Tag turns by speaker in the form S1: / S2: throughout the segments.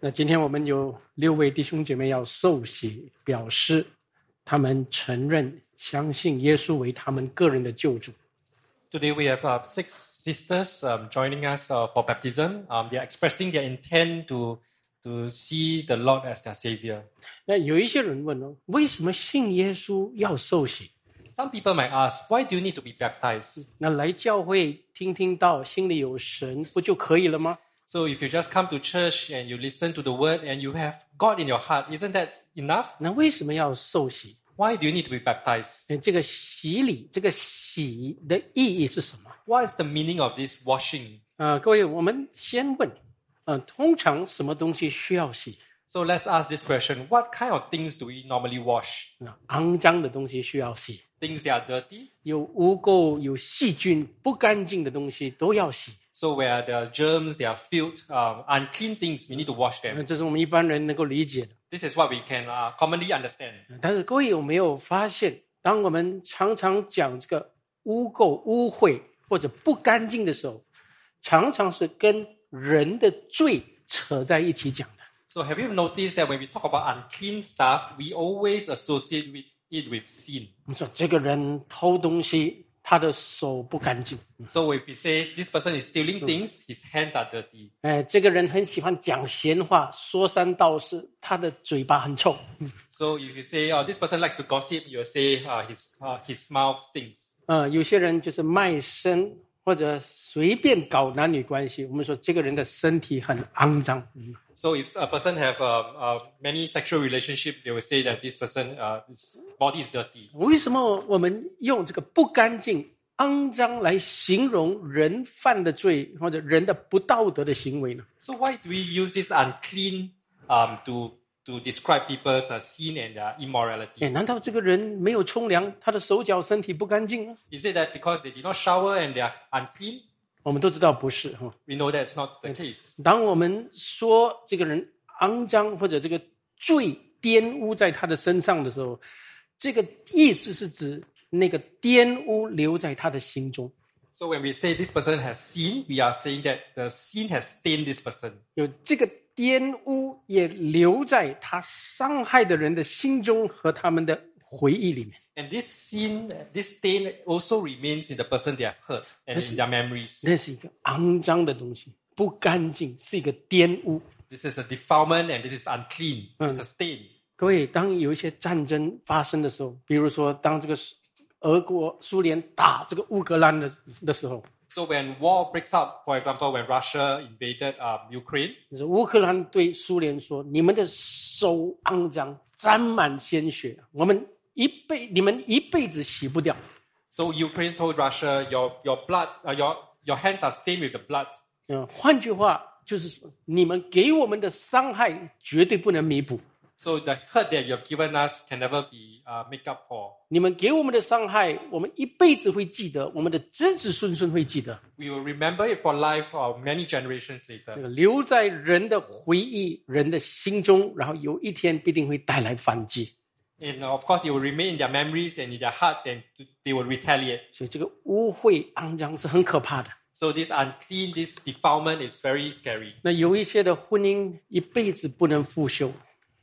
S1: 那今天我们有六位弟兄姐妹要受洗，表示他们承认、相信耶稣为他们个人的救主。
S2: Today we have uh, six sisters um, joining us uh, for baptism. Um, they are expressing their intent to to see the Lord as their Savior.
S1: 那有一些人问哦，为什么信耶稣要受洗？
S2: Some people might ask, why do you need to be baptized?
S1: 那来教会听听到，心里有神不就可以了吗？
S2: So if you just come to church and you listen to the word and you have God in your heart, isn't that enough?
S1: 那为什么要受洗？
S2: Why do you need to be baptized?
S1: 那这个洗礼，这个洗的意义是什么？
S2: What is the meaning of this washing?
S1: 呃，各位，我们先问，呃，通常什么东西需要洗？
S2: So let's ask this question. What kind of things do we normally wash?
S1: 啊，肮脏的东西需要洗，
S2: Things that are dirty?
S1: 有污垢、有细菌、不干净的东西都要洗。
S2: So where there are germs, there are filth, um, unclean things, we need to wash
S1: 嗯，
S2: them.
S1: 这是我们一般人能够理解的。呃
S2: This is what we can uh, commonly understand.
S1: 但是各位有没有发现，当我们常常讲这个污垢、污秽或者不干净的时候，常常是跟人的罪扯在一起讲的。
S2: So have you noticed that when we talk about unclean stuff, we always associate with it with sin?
S1: 我们说这个人偷东西，他的手不干净；
S2: So if we say this person is stealing things, his hands are dirty.
S1: 哎，这个人很喜欢讲闲话，说三道四，他的嘴巴很臭。
S2: So if you say, oh, this person likes to gossip, you'll say uh, his uh, his mouth stinks.
S1: 呃，有些人就是卖身或者随便搞男女关系，我们说这个人的身体很肮脏。
S2: So if a person have um, uh, many sexual relationship, they will say that this person uh, his body is dirty.
S1: 为什么我们用这个不干净、肮脏来形容人犯的罪或者人的不道德的行为呢？
S2: So why do we use this unclean um, to to describe people's uh, sin and uh, immorality?
S1: 哎，难道这个人没有冲凉，他的手脚身体不干净吗？
S2: Is it that because they did not shower and they are unclean?
S1: 我们都知道不是哈。
S2: We know that's not the case.
S1: 当我们说这个人肮脏或者这个罪玷污在他的身上的时候，这个意思是指那个玷污留在他的心中。
S2: So when we say this person has sin, we are saying that the sin has stained this person.
S1: 有这个玷污也留在他伤害的人的心中和他们的回忆里面。
S2: And this sin, this stain also remains in the person they have hurt and in their memories.
S1: 这是一个肮脏的东西，不干净，是一个玷污。
S2: This is a defilement and this is unclean. It's a stain.
S1: 各位，当有一些战争发生的时候，比如说当这个苏俄国、苏联打这个乌克兰的的时候，
S2: So when war breaks out, for example, when Russia invaded um, Ukraine,
S1: 就是乌克兰对苏联说：“你们的手肮脏，沾满鲜血，我们一辈你们一辈子洗不掉。
S2: so Ukraine told Russia, your your blood, uh, your your hands are stained with the blood. ”
S1: 嗯，换句话就是说，你们给我们的伤害绝对不能弥补，
S2: So the hurt that you have given us can never be uh, make up for.
S1: 你们给我们的伤害，我们一辈子会记得，我们的子子孙孙会记得。
S2: We will remember it for life or many generations
S1: 这
S2: later.
S1: 个留在人的回忆、人的心中，然后有一天必定会带来反击。
S2: And of course, it will remain in their memories and in their hearts, and they will retaliate.
S1: 所以，这个污秽、肮脏是很可怕的。
S2: So this unclean, this defilement is very scary.
S1: 那有一些的婚姻一辈子不能复修，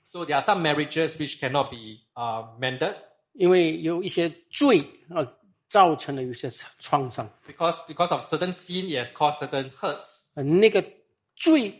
S2: So there are some marriages which cannot be uh, mended
S1: 因为有一些罪啊、呃造成了有些创伤。
S2: because because of certain sin, it has caused certain hurts.
S1: 呃那个罪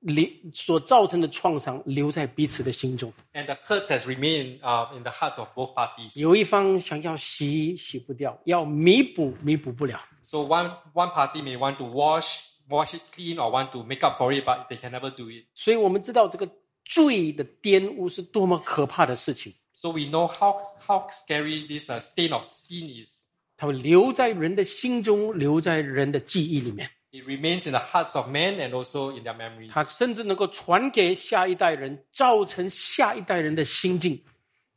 S1: 留所造成的创伤留在彼此的心中，
S2: And the hurts has remained uh, in the hearts of both parties.
S1: 有一方想要洗洗不掉，要弥补弥补不了。
S2: So one one party may want to wash wash it clean or want to make up for it, but they can never do it.
S1: 所以我们知道这个罪的玷污是多么可怕的事情。
S2: So we know how how scary this uh, stain of sin is.
S1: 它会留在人的心中，留在人的记忆里面。
S2: It remains in the hearts of men and also in their memories.
S1: 它甚至能够传给下一代人，造成下一代人的心境。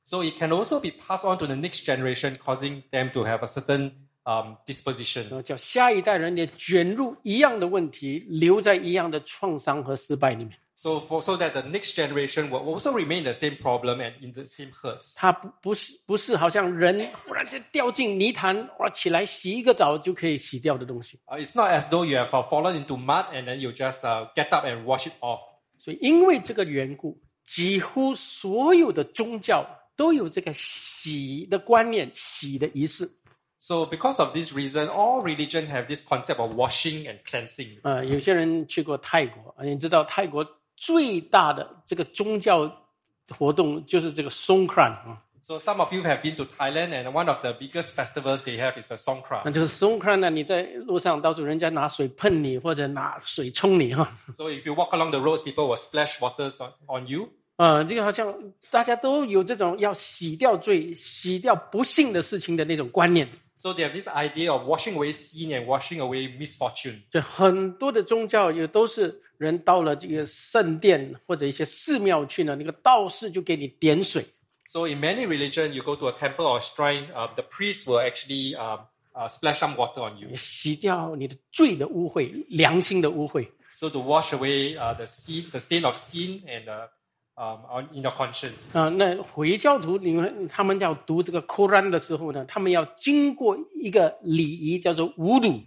S2: So it can also be passed on to the next generation, causing them to have a certain um, disposition.
S1: 然后叫下一代人也卷入一样的问题，留在一样的创伤和失败里面。
S2: So for so that the next generation will also remain the same problem and in the same hurts.
S1: 它不不是不是好像人忽然间掉进泥潭，哇，起来洗一个澡就可以洗掉的东西。
S2: Uh, it's not as though you have uh, fallen into mud and then you just uh, get up and wash it off.
S1: 所以因为这个缘故，几乎所有的宗教都有这个洗的观念、洗的仪式。
S2: So because of this reason, all religion have this concept of washing and cleansing.
S1: 呃，有些人去过泰国，呃你知道泰国最大的这个宗教活动就是这个 Songkran 啊，
S2: So some of you have been to Thailand, and one of the biggest festivals they have is the Songkran.
S1: 那这个 Songkran 呢，你在路上到处人家拿水喷你或者拿水冲你哈，
S2: So if you walk along the roads, people will splash waters on, on you.
S1: 呃，这个好像大家都有这种要洗掉罪、洗掉不幸的事情的那种观念，
S2: So they have this idea of washing away sin and washing away misfortune.
S1: 所以很多的宗教也都是人到了这个圣殿或者一些寺庙去呢，那个道士就给你点水，
S2: So in many religion, you go to a temple or a shrine, uh, the priest will actually um, uh, splash some water on you.
S1: 洗掉你的罪的污秽、良心的污秽。
S2: So to wash away uh, the sin, the stain of sin and uh, um, on, in your conscience.
S1: 啊、那回教徒你们他们要读这个 Quran 的时候呢，他们要经过一个礼仪叫做wudu。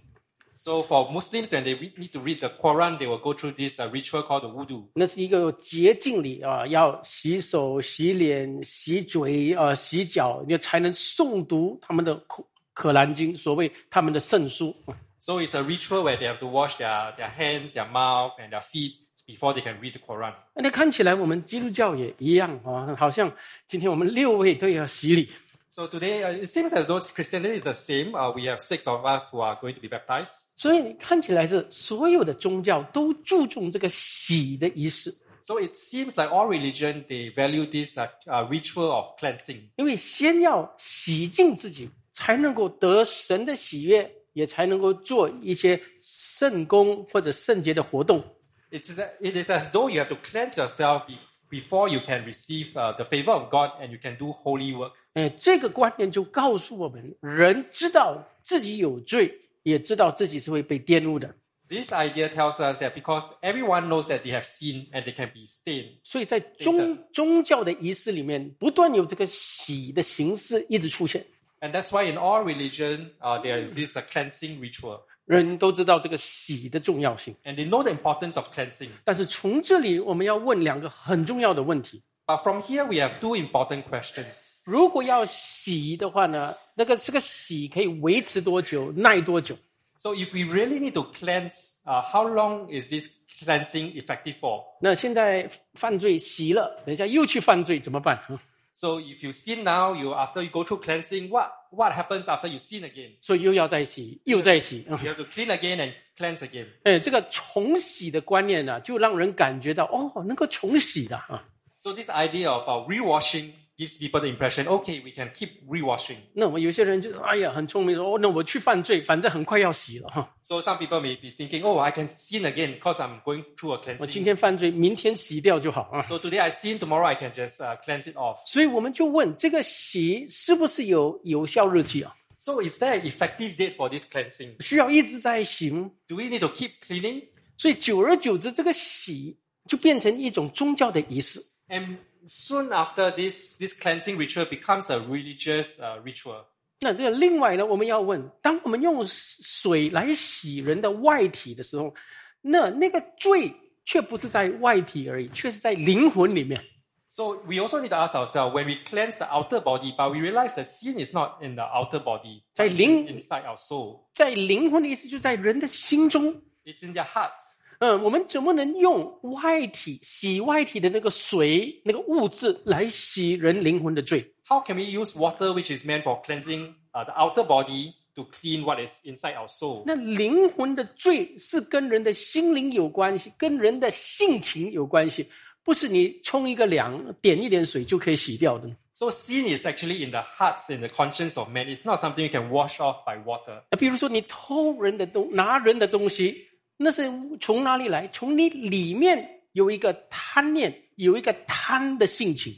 S2: So for Muslims, when they re- need to read the Quran, they will go through this uh, ritual called the wudu.
S1: 那是一个洁净礼啊，要洗手、洗脸、洗嘴啊、洗脚，你才能诵读他们的可可兰经，所谓他们的圣书。啊
S2: So it's a ritual where they have to wash their, their hands, their mouth, and their feet before they can read the Quran.
S1: 那看起来我们基督教也一样啊，好像今天我们六位都要洗礼。
S2: So today, uh, it seems as though Christianity is the same. Uh, we have six of us who are going to be baptized.
S1: 所以看起来是所有的宗教都注重这个洗的仪式，
S2: So it seems like all religion, they value this uh, uh, ritual of cleansing.
S1: 因为先要洗净自己，才能够得神的喜悦，也才能够做一些圣功或者圣洁的活动。
S2: It is, it is as though you have to cleanse yourself be, before you can receive uh, the favor of God and you can do holy work.
S1: 哎，这个观念就告诉我们，人知道自己有罪，也知道自己是会被玷污的，
S2: This idea tells us that because everyone knows that they have sinned and they can be stained.
S1: 所以在宗宗教的仪式里面，不断有这个洗的形式一直出现。
S2: And that's why in all religion, uh, there is this uh, cleansing ritual.
S1: 人都知道这个洗的重要性，
S2: And they know the importance of cleansing.
S1: 但是从这里我们要问两个很重要的问题：
S2: But from here, we have two important questions.
S1: 如果要洗的话呢，那个这个洗可以维持多久，耐多久？
S2: So if we really need to cleanse, uh, how long is this cleansing effective for?
S1: 那现在犯罪洗了，等一下又去犯罪怎么办？
S2: So if you sin now, you after you go through cleansing, what what happens after you sin again?
S1: 所以又要再洗，又再洗。嗯
S2: You have to clean again and cleanse again.
S1: 哎，这个重洗的观念呢、就让人感觉到哦，能够重洗的啊。
S2: So this idea of uh, rewashing gives people the impression, okay, we can keep rewashing.
S1: 那我们有些人就哎呀，很聪明说哦，那我去犯罪，反正很快要洗了哈。
S2: So some people may be thinking, oh, I can sin again because I'm going through a
S1: 我今
S2: cleansing.
S1: 天犯罪，明天洗掉就好啊。
S2: So today I sin, tomorrow I can just uh, cleanse it off.
S1: 所以我们就问，这个洗是不是有有效日期啊？
S2: So is there an effective date for this cleansing?
S1: 需要一直在洗吗？
S2: Do we need to keep cleaning?
S1: 所以久而久之，这个洗就变成一种宗教的仪式。
S2: And soon after this, this cleansing ritual becomes a religious uh, ritual.
S1: 那这个另外呢，我们要问，当我们用水来洗人的外体的时候，那那个罪却不是在外体而已，却是在灵魂里面。
S2: So we also need to ask ourselves when we cleanse the outer body, but we realize that sin is not in the outer body, but it's
S1: 在灵-
S2: inside our soul.
S1: 在灵魂的意思就在人的心中。
S2: It's in their hearts.
S1: 嗯，我们怎么能用外体洗外体的那个水、那个物质来洗人灵魂的罪？
S2: How can we use water, which is meant for cleansing uh, the outer body, to clean what is inside our soul?
S1: 那灵魂的罪是跟人的心灵有关系，跟人的性情有关系，不是你冲一个凉、点一点水就可以洗掉的。
S2: So sin is actually in the hearts, in the conscience of man. It's not something you can wash off by water.
S1: 那比如说你偷人的东、拿人的东西，那是从哪里来？从你里面有一个贪念，有一个贪的性情。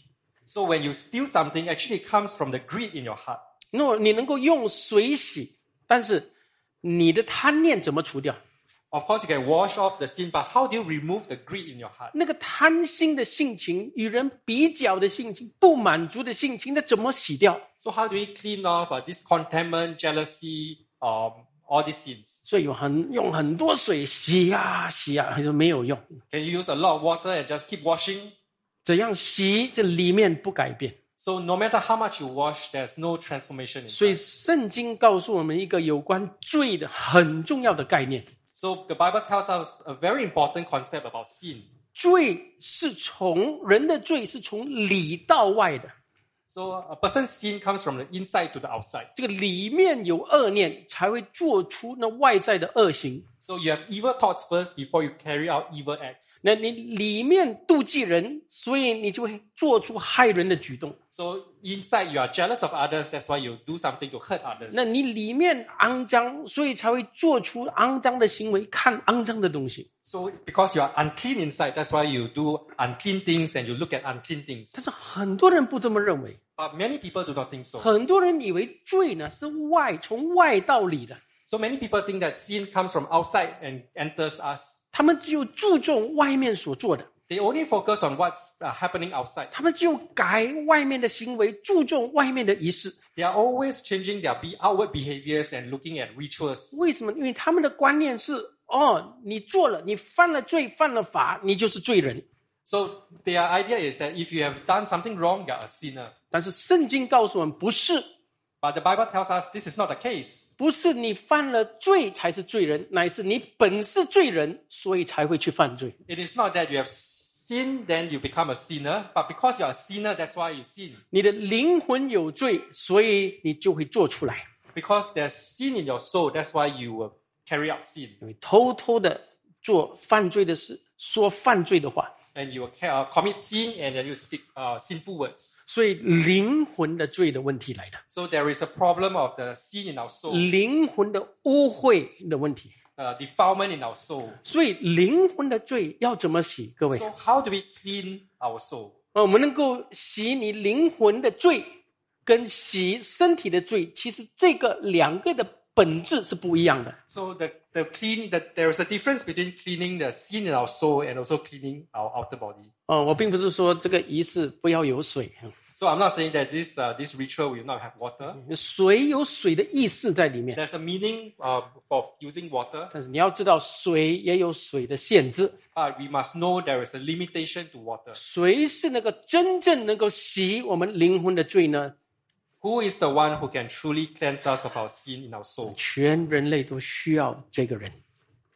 S2: So when you steal something, actually it comes from the greed in your heart.
S1: 那么你能够用水洗，但是你的贪念怎么除掉？
S2: Of course, you can wash off the sin, but how do you remove the greed in your heart?
S1: 那个贪心的性情、与人比较的性情、不满足的性情，那怎么洗掉？
S2: So how do we clean off uh, this contentment, jealousy, um, all these sins.
S1: 所以有很用很多水洗呀、洗呀、他说没有用。
S2: Can you use a lot of water and just keep washing?
S1: 怎样洗，这里面不改变。
S2: So no matter how much you wash, there's no transformation.
S1: 所以
S2: Inside.
S1: 圣经告诉我们一个有关罪的很重要的概念：
S2: So the Bible tells us a very important concept about sin.
S1: 罪是从人的罪是从里到外的，
S2: So a person's sin comes from the inside to the outside.
S1: 这个里面有恶念，才会做出那外在的恶行。
S2: So you have evil thoughts first before you carry out evil acts.
S1: 那你里面妒忌人，所以你就会做出害人的举动；
S2: So inside you are jealous of others, that's why you do something to hurt others.
S1: 那你里面肮脏，所以才会做出肮脏的行为，看肮脏的东西。
S2: So because you are unclean inside, that's why you do unclean things and you look at unclean
S1: 但
S2: things.
S1: 是很多人不这么认为，
S2: But many people do not think so.
S1: 很多人以为罪呢是外从外到里的。
S2: So many people think that sin comes from outside and enters us.
S1: 他们只有注重外面所做的，
S2: They only focus on what's uh, happening outside.
S1: 他们只有改外面的行为，注重外面的仪式。
S2: They are always changing their be- outward behaviors and looking at rituals.
S1: 为什么？因为他们的观念是：哦，你做了，你犯了罪，犯了法，你就是罪人。
S2: So their idea is that if you have done something wrong, you are a sinner.
S1: 但是圣经告诉我们，不是，
S2: But the Bible tells us this is not the case.
S1: 不是你犯了罪才是罪人，乃是你本是罪人，所以才会去犯罪。
S2: It is not that you have sinned, then you become a sinner. But because you are a sinner, that's why you sin.
S1: 你的灵魂有罪，所以你就会做出来，
S2: Because there's sin in your soul, that's why you will carry out sin.
S1: 因为偷偷的做犯罪的事，说犯罪的话，
S2: And you will ca- uh, commit sin and then you speak uh, sinful words.
S1: 所以灵魂的罪的问题来的。
S2: So there is a problem of the sin in our soul,
S1: 灵魂的污秽的问题。
S2: uh, defilement in our soul.
S1: 所以灵魂的罪要怎么洗？各位，
S2: So how do we clean our soul?
S1: 呃，我们能够洗你灵魂的罪，跟洗身体的罪，其实这个两个的本质是不一样的。
S2: So the, the clean that there is a difference between cleaning the sin in our soul and also cleaning our outer body.
S1: 哦，我并不是说这个仪式不要有水，
S2: So I'm not saying that this uh, this ritual will not have water.
S1: 水有水的意识在里面，
S2: There's a meaning uh, of using water,
S1: 但是你要知道，水也有水的限制，
S2: but we must know there is a limitation to water.
S1: 谁是那个真正能够洗我们灵魂的罪呢？
S2: Who is the one who can truly cleanse us of our sin in our soul?
S1: 全人类都需要这个人。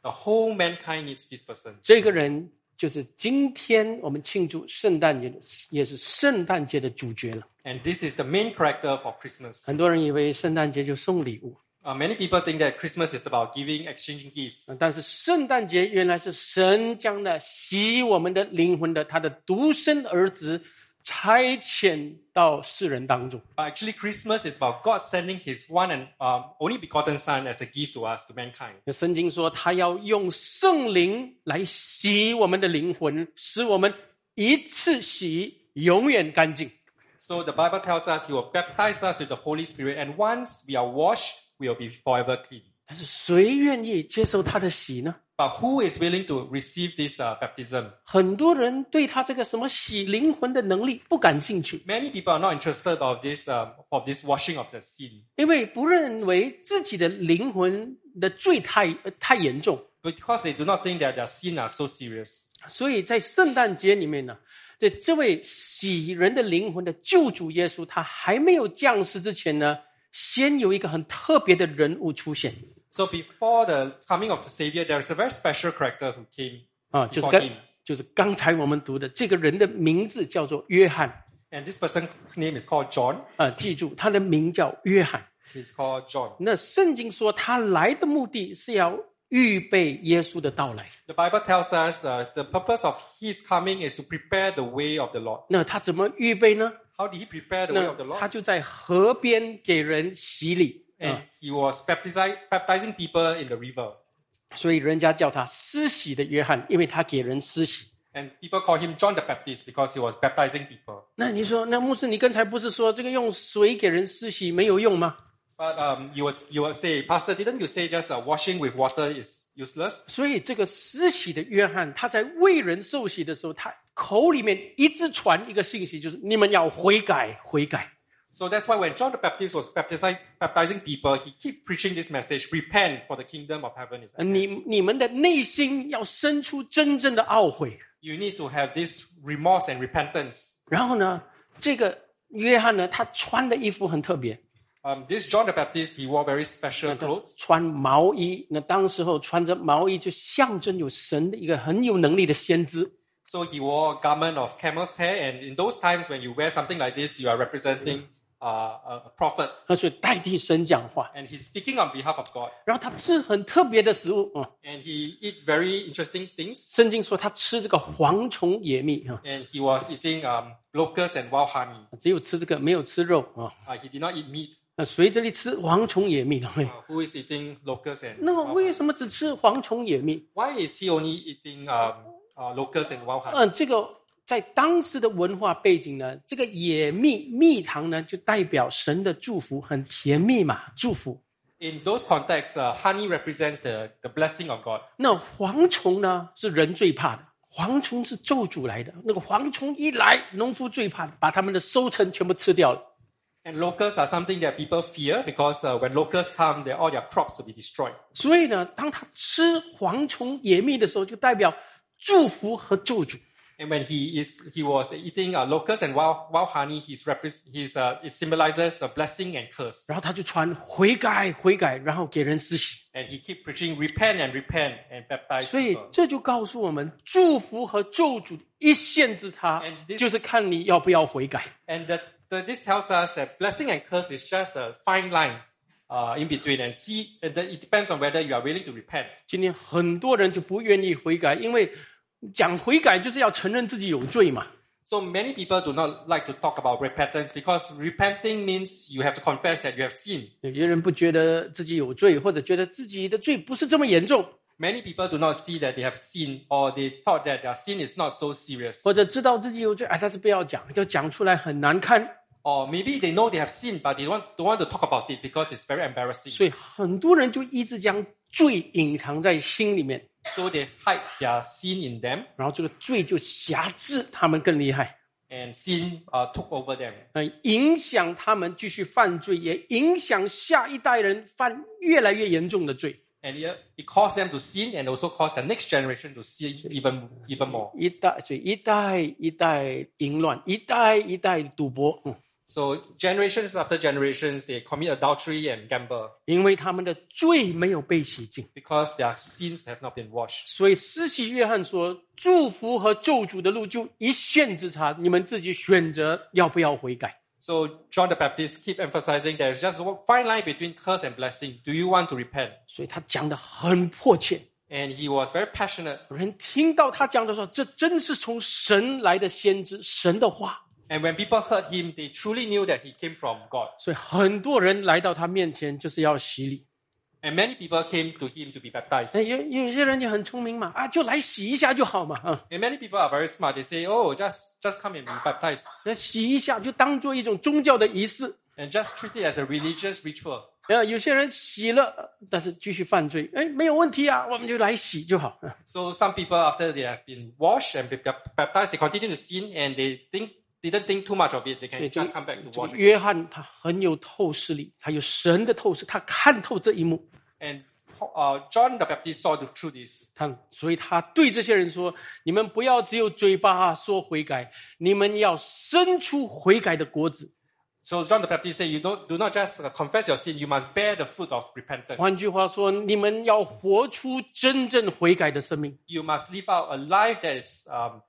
S2: The whole mankind needs this person.
S1: 这个人就是今天我们庆祝圣诞节，也是圣诞节的主角了。
S2: And this is the main character for Christmas.
S1: 很多人以为圣诞节就送礼物，
S2: Uh, many people think that Christmas is about giving, exchanging gifts.
S1: 但是圣诞节原来是神将那洗我们的灵魂的他的独生儿子差遣到世人当中。
S2: But actually, Christmas is about God sending His one and um, only begotten Son as a gift to us, to mankind.
S1: 那圣经说，他要用圣灵来洗我们的灵魂，使我们一次洗永远干净。
S2: So the Bible tells us He will baptize us with the Holy Spirit, and once we are washed, we will be forever clean.
S1: 但是谁愿意接受他的洗呢？
S2: But who is willing to receive this uh, baptism?
S1: 很多人对他这个什么洗灵魂的能力不感兴趣，
S2: Many people are not interested of this um, of this washing of the sin
S1: 因为不认为自己的灵魂的罪太呃太严重，
S2: because they do not think that their sin are so serious.
S1: 所以在圣诞节里面呢，在这位洗人的灵魂的救主耶稣，他还没有降世之前呢，先有一个很特别的人物出现
S2: So before the coming of the Savior, there is a very special character who came
S1: 啊，就是
S2: before
S1: 刚
S2: him.
S1: 就是刚才我们读的这个人的名字叫做约翰
S2: And this person's name is called John.
S1: 啊，记住他的名叫约翰。
S2: He's called John.
S1: 那圣经说他来的目的是要预备耶稣的到来。
S2: The Bible tells us uh, the purpose of his coming is to prepare the way of the Lord.
S1: 那他怎么预备呢？
S2: How did he prepare the way
S1: 那
S2: of the
S1: 他
S2: Lord?
S1: 就在河边给人洗礼，
S2: And
S1: 嗯，
S2: he was baptizing, baptizing people in the river.
S1: 所以人家叫他施洗的约翰，因为他给人施洗。
S2: And people call him John the Baptist because he was baptizing people.
S1: 那你说，那牧师，你刚才不是说这个用水给人施洗没有用吗？
S2: But um, you was you will say, Pastor, didn't you say just uh, washing with water is useless?
S1: 所以这个施洗的约翰，他在为人受洗的时候，他口里面一直传一个信息，就是你们要悔改，悔改。
S2: So that's why when John the Baptist was baptizing, baptizing people, he keep preaching this message: repent, for the kingdom of heaven is. at
S1: 呃
S2: hand."
S1: 你你们的内心要生出真正的懊悔。
S2: You need to have this remorse and repentance.
S1: 然后呢，这个约翰呢，他穿的衣服很特别，
S2: Um, this John the Baptist, he wore very special clothes.
S1: 穿毛衣。那当时候穿着毛衣，就象征有神的一个很有能力的先知。
S2: So he wore a garment of camel's hair, and in those times when you wear something like this, you are representing uh, a- a prophet,
S1: 他所以代替神讲话，
S2: and he's speaking on behalf of God.
S1: 然后他吃很特别的食物啊、嗯
S2: And he eat very interesting things,
S1: 圣经说他吃这个蝗虫野蜜啊、
S2: and he was eating um, locusts and wild honey.
S1: 只有吃这个没有吃肉啊、
S2: Uh, he did not eat meat.
S1: 那谁这里吃蝗虫野蜜呢？
S2: Uh, who is eating locusts and
S1: 那么
S2: wild
S1: 为
S2: honey?
S1: 什么只吃蝗虫野蜜？
S2: Why is he only eating um, uh, locusts and wild honey?
S1: 嗯，这个在当时的文化背景呢，这个野蜜蜜糖呢，就代表神的祝福，很甜蜜嘛，祝福。
S2: In those contexts, uh, honey represents the, the blessing of God.
S1: 那蝗虫呢，是人最怕的，蝗虫是咒诅来的。那个蝗虫一来，农夫最怕，把他们的收成全部吃掉了。
S2: And locusts are something that people fear because uh, when locusts come, their- all their crops will be destroyed.
S1: 所以呢，当他吃蝗虫野蜜的时候，就代表祝福和咒诅。
S2: And when he is he was eating uh, locusts and wild, wild honey, he's repres he's uh, it symbolizes a blessing and curse.
S1: 然后他就传悔改，悔改，然后给人施洗。
S2: And he keep preaching repent and repent and baptize
S1: 所以
S2: people.
S1: 这就告诉我们，祝福和咒诅的一线之差
S2: And，this-
S1: 就是看你要不要悔改。
S2: And that that this tells us that blessing and curse is just a fine line uh, in between, and see and that it depends on whether you are willing to repent.
S1: 今天很多人就不愿意悔改，因为讲悔改就是要承认自己有罪嘛。
S2: So many people do not like to talk about repentance because repenting means you have to confess that you have sinned.
S1: 有些人不觉得自己有罪，或者觉得自己的罪不是这么严重，
S2: Many people do not see that they have sinned, or they thought that their sin is not so serious.
S1: 或者知道自己有罪，哎，但是不要讲，就讲出来很难堪。
S2: Or maybe they know they have sinned, but they don't, don't want to talk about it because it's very embarrassing.
S1: 所以很多人就一直将罪隐藏在心里面，
S2: So they hide their sin in them,
S1: 然后这个罪就辖制他们更厉害。
S2: and sin uh, took over them.
S1: 呃，影响他们继续犯罪，也影响下一代人犯越来越严重的罪。
S2: And it, it caused them to sin and also caused their next generation to sin even, even more.
S1: 一代，所以一代一代淫乱，一代一代赌博，嗯，
S2: So generations after generations, they commit adultery and gamble
S1: 因为他们的罪没有被洗净，
S2: because their sins have not been washed.
S1: 所以施洗约翰说：“祝福和咒诅的路就一线之差，你们自己选择要不要悔改。
S2: So John the Baptist keep emphasizing there's just a fine line between curse and blessing. Do you want to repent? ”
S1: 所以他讲的很迫切，
S2: And he was very passionate.
S1: 有人听到他讲的时候，这真是从神来的先知，神的话。
S2: And when people heard him, they truly knew that he came from God.
S1: 所以很多人来到他面前就是要洗礼。
S2: And many people came to him to be baptized.
S1: 那有有些人也很聪明嘛，啊，就来洗一下就好嘛，啊，
S2: And many people are very smart. They say, "Oh, just just come and be baptized,
S1: 那洗一下就当做一种宗教的仪式。
S2: and just treat it as a religious ritual."
S1: 啊，有些人洗了，呃但是继续犯罪，哎，没有问题啊，我们就来洗就好。啊
S2: So some people, after they have been washed and be bap- baptized, they continue to sin, and they think didn't think too much of it. They
S1: 所以
S2: can
S1: 这
S2: 哎 just come
S1: 个
S2: back to
S1: 这
S2: wash.
S1: 个
S2: again.
S1: 约翰他很有透视力，他有神的透视，他看透这一幕，
S2: And uh, John the Baptist saw the- through this,
S1: 他所以他对这些人说：你们不要只有嘴巴说悔改，你们要生出悔改的果子。
S2: so John the Baptist said, "You don't do not just uh, confess your sin; you must bear the fruit of
S1: 换
S2: repentance.
S1: 句话说，你们要活出真正悔改的生命。
S2: You must live out a life that is um,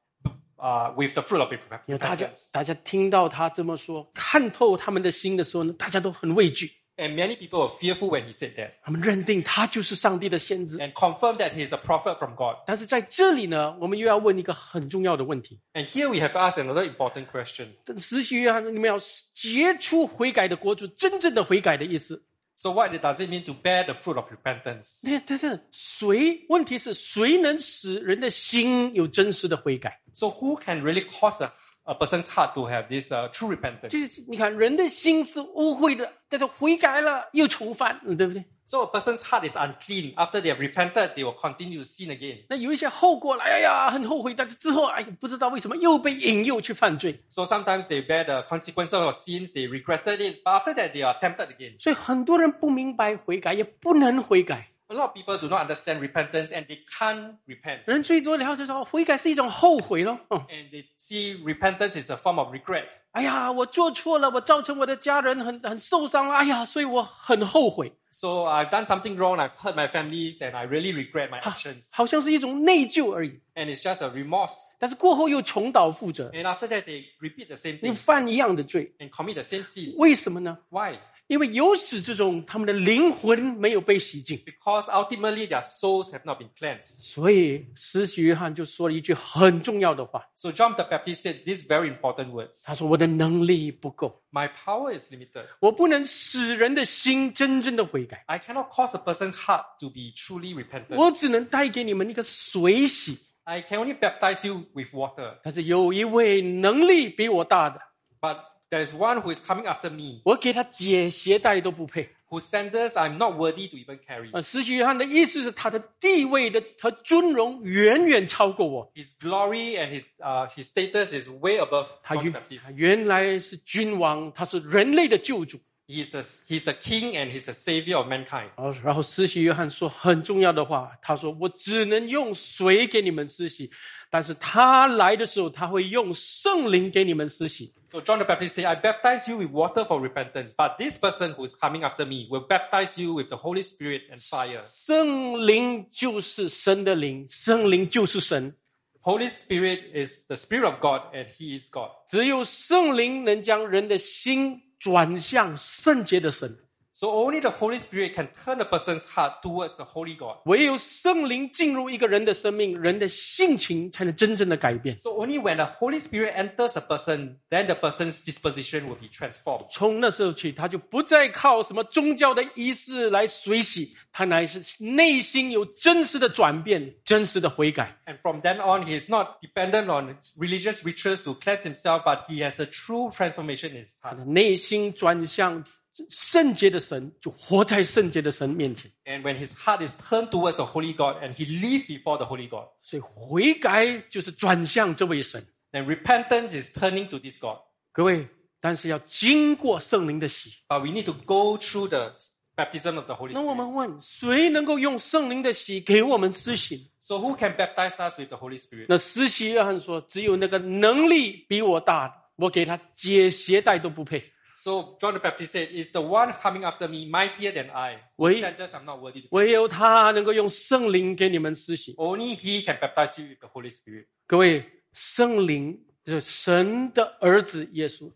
S2: uh, with the fruit of rep-
S1: 因为大家
S2: repentance."
S1: 大家听到他这么说，看透他们的心的时候呢，大家都很畏惧，
S2: And many people were fearful when he said that,
S1: 他们认定他就是上帝的先知。
S2: and confirmed that he is a prophet from God.
S1: 但是在这里呢，我们又要问一个很重要的问题：
S2: And here we have to ask another important question.
S1: 实习约翰说，你们要结出悔改的国主，真正的悔改的意思。
S2: So, what does it mean to bear the fruit of repentance?
S1: 那但是谁？问题是谁能使人的心有真实的悔改？
S2: So, who can really cause a a person's heart to have this uh, true repentance.
S1: 就是你看人的心是污秽的，但是悔改了又重犯，嗯对不对？
S2: So a person's heart is unclean. After they have repented, they will continue to sin again.
S1: 那有一些后果来，哎呀，很后悔，但是之后，哎呀，不知道为什么又被引诱去犯罪，
S2: So sometimes they bear the consequences of sins, they regretted it, but after that they are tempted again.
S1: 所以很多人不明白悔改，也不能悔改。
S2: A lot of people do not understand repentance and they can't repent.
S1: 人最多了解说，哦悔改是一种后悔咯。嗯，
S2: And they see repentance is a form of regret.
S1: 哎呀，我做错了，我造成我的家人很很受伤了，哎呀，所以我很后悔，
S2: So I've done something wrong, I've hurt my families, and I really regret my actions.
S1: 好像是一种内疚而已。
S2: And it's just a remorse.
S1: 但是过后又重蹈覆辙，
S2: And after that they repeat the same
S1: 又
S2: things
S1: 犯一样的罪，
S2: and commit the same sins.
S1: 为什么呢？
S2: Why?
S1: 因为由始至终，他们的灵魂没有被洗净。
S2: Because ultimately their souls have not been cleansed.
S1: 所以，施洗约翰就说了一句很重要的话，
S2: So John the Baptist said these very important words
S1: 他说：“我的能力不够，
S2: My power is limited.
S1: 我不能使人的心真正的悔改，
S2: I cannot cause a person's heart to be truly repentant.
S1: 我只能带给你们一个水洗。
S2: I can only baptize you with water,
S1: 但是有一位能力比我大的，
S2: but there is one who is coming after me,
S1: 我给他解鞋带都不配。
S2: whose sandals I'm not worthy to even carry. ”
S1: 呃，施洗约翰的意思是，他的地位的和尊荣远远超过我。
S2: His glory and his uh, his status is way above
S1: 他
S2: John
S1: 原他
S2: the Baptist.
S1: 原来是君王，他是人类的救主。
S2: He's the he's the king and he's the savior of mankind.
S1: 然后，然后施洗约翰说很重要的话，他说：“我只能用水给你们施洗，但是他来的时候，他会用圣灵给你们施洗。
S2: So John the Baptist said, "I baptize you with water for repentance, but this person who is coming after me will baptize you with the Holy Spirit and fire."
S1: 圣灵就是神的灵，圣灵就是神，
S2: Holy Spirit is the Spirit of God, and He is God.
S1: 只有圣灵能将人的心转向圣洁的神，
S2: So only the Holy Spirit can turn a person's heart towards the Holy God.
S1: 唯有圣灵进入一个人的生命，人的性情才能真正的改变。
S2: So only when the Holy Spirit enters a person, then the person's disposition will be transformed.
S1: 从那时候起，他就不再靠什么宗教的仪式来水洗，他乃是内心有真实的转变、真实的悔改。
S2: And from then on, he is not dependent on religious rituals to cleanse himself, but he has a true transformation in his
S1: 他
S2: heart.
S1: 的内心转向圣洁的神，就活在圣洁的神面前。
S2: And when his heart is turned towards the Holy God and he lives before the Holy God,
S1: 所以悔改就是转向这位神。
S2: then repentance is turning to this God.
S1: 各位，但是要经过圣灵的洗。
S2: But we need to go through the baptism of the Holy
S1: 那我
S2: Spirit.
S1: 们问，谁能够用圣灵的洗给我们施洗？
S2: So who can baptize us with the Holy Spirit?
S1: 那施洗约翰说：“只有那个能力比我大的，我给他解鞋带都不配。”
S2: So John the Baptist said, "Is the one coming after me mightier than I?
S1: Wait.
S2: Whose sandals I'm not worthy to."
S1: 唯有他能够用圣灵给你们施洗。
S2: Only He can baptize you with the Holy Spirit.
S1: 各位，圣灵就是神的儿子耶稣，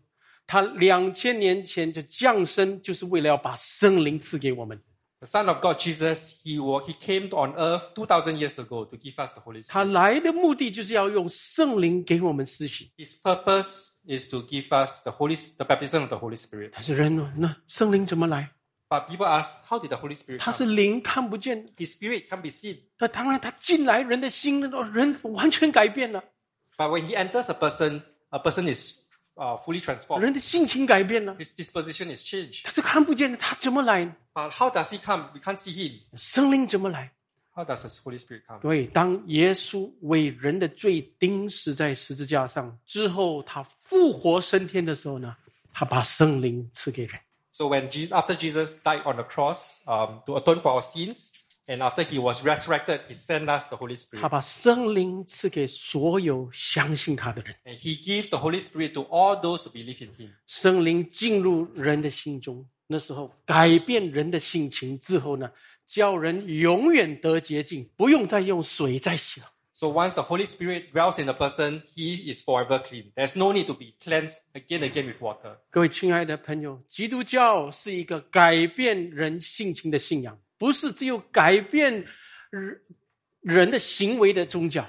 S1: 他两千年前就降生，就是为了要把圣灵赐给我们。
S2: The Son of God, Jesus, He wa- He came on earth two thousand years ago to give us the Holy
S1: 他
S2: Spirit.
S1: 来的目的就是要用圣灵给我们施洗。
S2: His purpose is to give us the Holy, the baptism of the Holy Spirit.
S1: 但是人那圣灵怎么来？
S2: But people ask, how did the Holy Spirit
S1: 他是
S2: come?
S1: 灵，看不见的。
S2: His Spirit can be seen,
S1: 那当然，他进来人的心，人完全改变了，
S2: but when He enters a person, a person is uh, fully transformed.
S1: 人的性情改变了。
S2: His disposition is changed.
S1: 他是看不见的，他怎么来呢？
S2: But how does He come? We can't see Him.
S1: 圣灵怎么来？
S2: How does the Holy Spirit come?
S1: 对，当耶稣为人的罪钉死在十字架上之后，他复活升天的时候呢，他把圣灵赐给人。
S2: So when Jesus, after Jesus died on the cross um, to atone for our sins, and after he was resurrected, he sent us the Holy
S1: 他
S2: Spirit.
S1: 把圣灵赐给所有相信他的人，
S2: And he gives the Holy Spirit to all those who believe in him.
S1: 圣灵进入人的心中，那时候改变人的性情之后呢，叫人永远得洁净，不用再用水再洗了。
S2: So once the Holy Spirit dwells in a person, he is forever clean. There's no need to be cleansed again and again with water.
S1: 各位亲爱的朋友，基督教是一个改变人性情的信仰，不是只有改变人人的行为的宗教。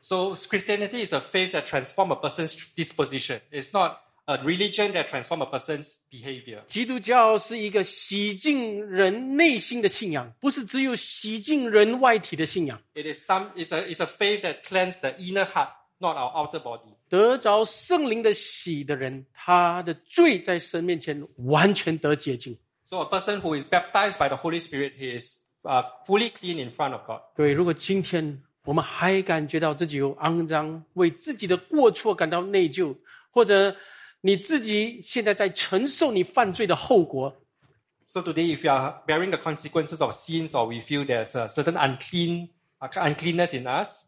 S2: So Christianity is a faith that transforms a person's disposition. It's not a religion that transforms a person's behavior.
S1: 基督教是一个洗净人内心的信仰，不是只有洗净人外体的信仰。
S2: It is some, it's a, it's a faith that cleanses the inner heart, not our outer body.
S1: 得着圣灵的喜的人，他的罪在神面前完全得洁净。
S2: So a person who is baptized by the Holy Spirit, he is uh, fully clean in front of God.
S1: 各位，如果今天我们还感觉到自己有肮脏，为自己的过错感到内疚，或者你自己现在在承受你犯罪的后果，
S2: So today, if you are bearing the consequences of sins, or we feel there's a certain unclean uh, uncleanness in us,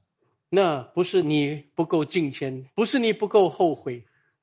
S1: 那不是你不够敬虔，不是你不够后悔，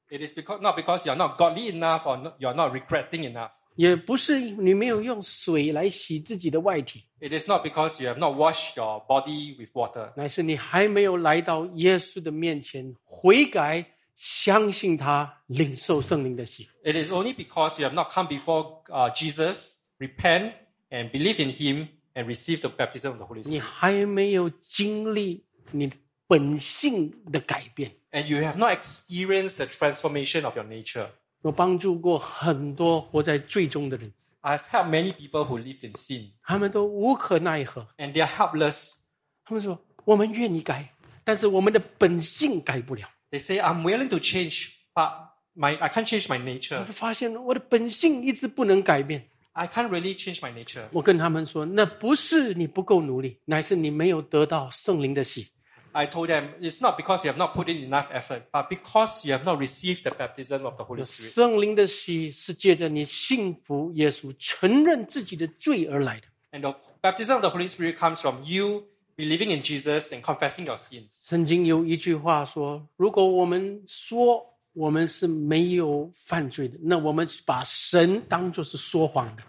S2: it is because not because you are not godly enough or not, you are not regretting enough.
S1: 也不是你没有用水来洗自己的外体，
S2: It is not because you have not washed your body with water.
S1: 乃是你还没有来到耶稣的面前悔改，相信他，领受圣灵的喜。
S2: It is only because you have not come before uh, Jesus, repent and believe in Him, and receive the baptism of the Holy
S1: 你
S2: Spirit.
S1: 还没有经历你本性的改变。
S2: And you have not experienced the transformation of your nature.
S1: 我帮助过很多活在最终的人，
S2: I've helped many people who lived in sin,
S1: 他们都无可奈何。
S2: and they are helpless.
S1: 他们说：“我们愿意改，但是我们的本性改不了。
S2: They say, "I'm willing to change, but my I can't change
S1: 我
S2: my ” nature.
S1: 就发现我的本性一直不能改变。
S2: I can't really change my nature."
S1: 我跟他们说：“那不是你不够努力，乃是你没有得到圣灵的喜。
S2: I told them, "It's not because you have not put in enough effort, but because you have not received the baptism of the Holy Spirit."
S1: 圣灵的喜是借着你信服耶稣、承认自己的罪而来的。
S2: And the baptism of the Holy Spirit comes from you believing in Jesus and confessing your sins.
S1: 曾经有一句话说：“如果我们说我们是没有犯罪的，那我们把神当作是说谎的。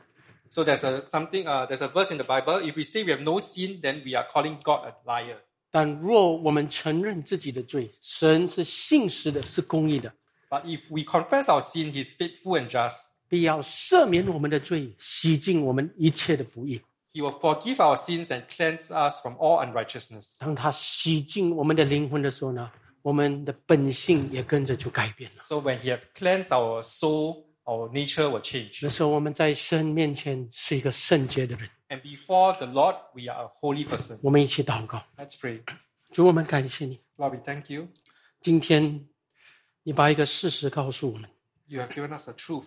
S2: So there's a something uh, there's a verse in the Bible. If we say we have no sin, then we are calling God a liar.
S1: 但若我们承认自己的罪，神是信实的，是公义的，
S2: But if we confess our sin, He is faithful and just.
S1: 必要赦免我们的罪，洗净我们一切的不义。
S2: He will forgive our sins and cleanse us from all unrighteousness.
S1: 当他洗净我们的灵魂的时候呢，我们的本性也跟着就改变了。
S2: So when He has cleansed our soul, our nature will change.
S1: 那时候我们在神面前是一个圣洁的人。
S2: And before the Lord, we are a holy person.
S1: 我们一起祷告，
S2: Let's pray.
S1: 主，我们感谢你。
S2: Lord, we thank you.
S1: 今天，你把一个事实告诉我们，
S2: You have given us the truth,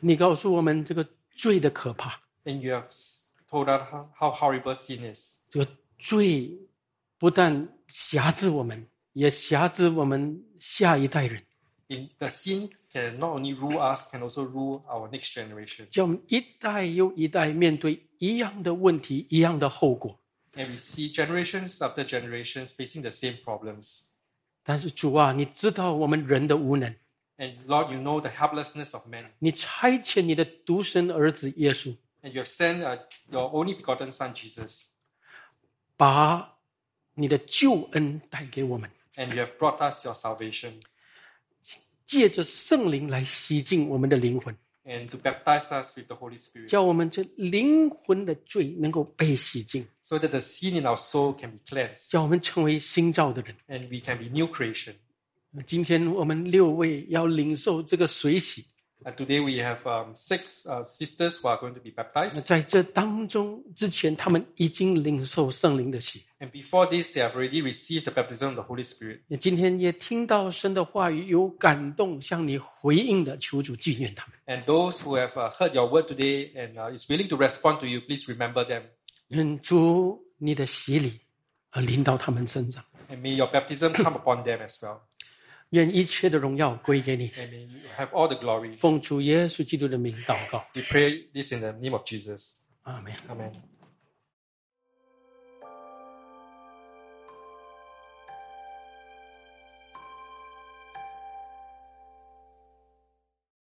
S1: 你告诉我们这个罪的可怕，
S2: and you have s- told us how, how horrible sin is.
S1: 这个罪不但辖制我们，也辖制我们下一代人，
S2: in the sin can not only rule us, can also rule our next generation.
S1: 叫我们一代又一代面对一样的问题、一样的后果。
S2: And we see generations after generations facing the same problems.
S1: 但是主啊，你知道我们人的无能，
S2: And Lord, you know the helplessness of men,
S1: 你差遣你的独生儿子耶稣，
S2: and you have sent uh, your only begotten Son Jesus,
S1: 把你的救恩带给我们，
S2: and you have brought us your salvation,
S1: 借着圣灵来洗净我们的灵魂。
S2: and to baptize us with the Holy Spirit,
S1: 叫我们这灵魂的罪能够被洗净，
S2: so that the sin in our soul can be cleansed,
S1: 叫我们成为新造的人。
S2: and we can be new creation.
S1: 今天我们六位要领受这个水洗，
S2: And today we have um, six uh, sisters who are going to be
S1: 那
S2: baptized,
S1: 在这当中之前，他们已经领受圣灵的洗。
S2: and before this they have already received the baptism of the Holy Spirit.
S1: 也今天也听到神的话语，有感动向你回应的，求主纪念他们。
S2: And those who have uh, heard your word today and uh, is willing to respond to you, please remember them.
S1: 愿主你的洗礼呃临到他们身上，
S2: And may your baptism come upon them as well.
S1: 愿一切的荣耀归给你。
S2: And may you have all the glory.
S1: 奉主耶稣基督的名祷告，
S2: We pray this in the name of Jesus.
S1: 阿门。
S2: Amen.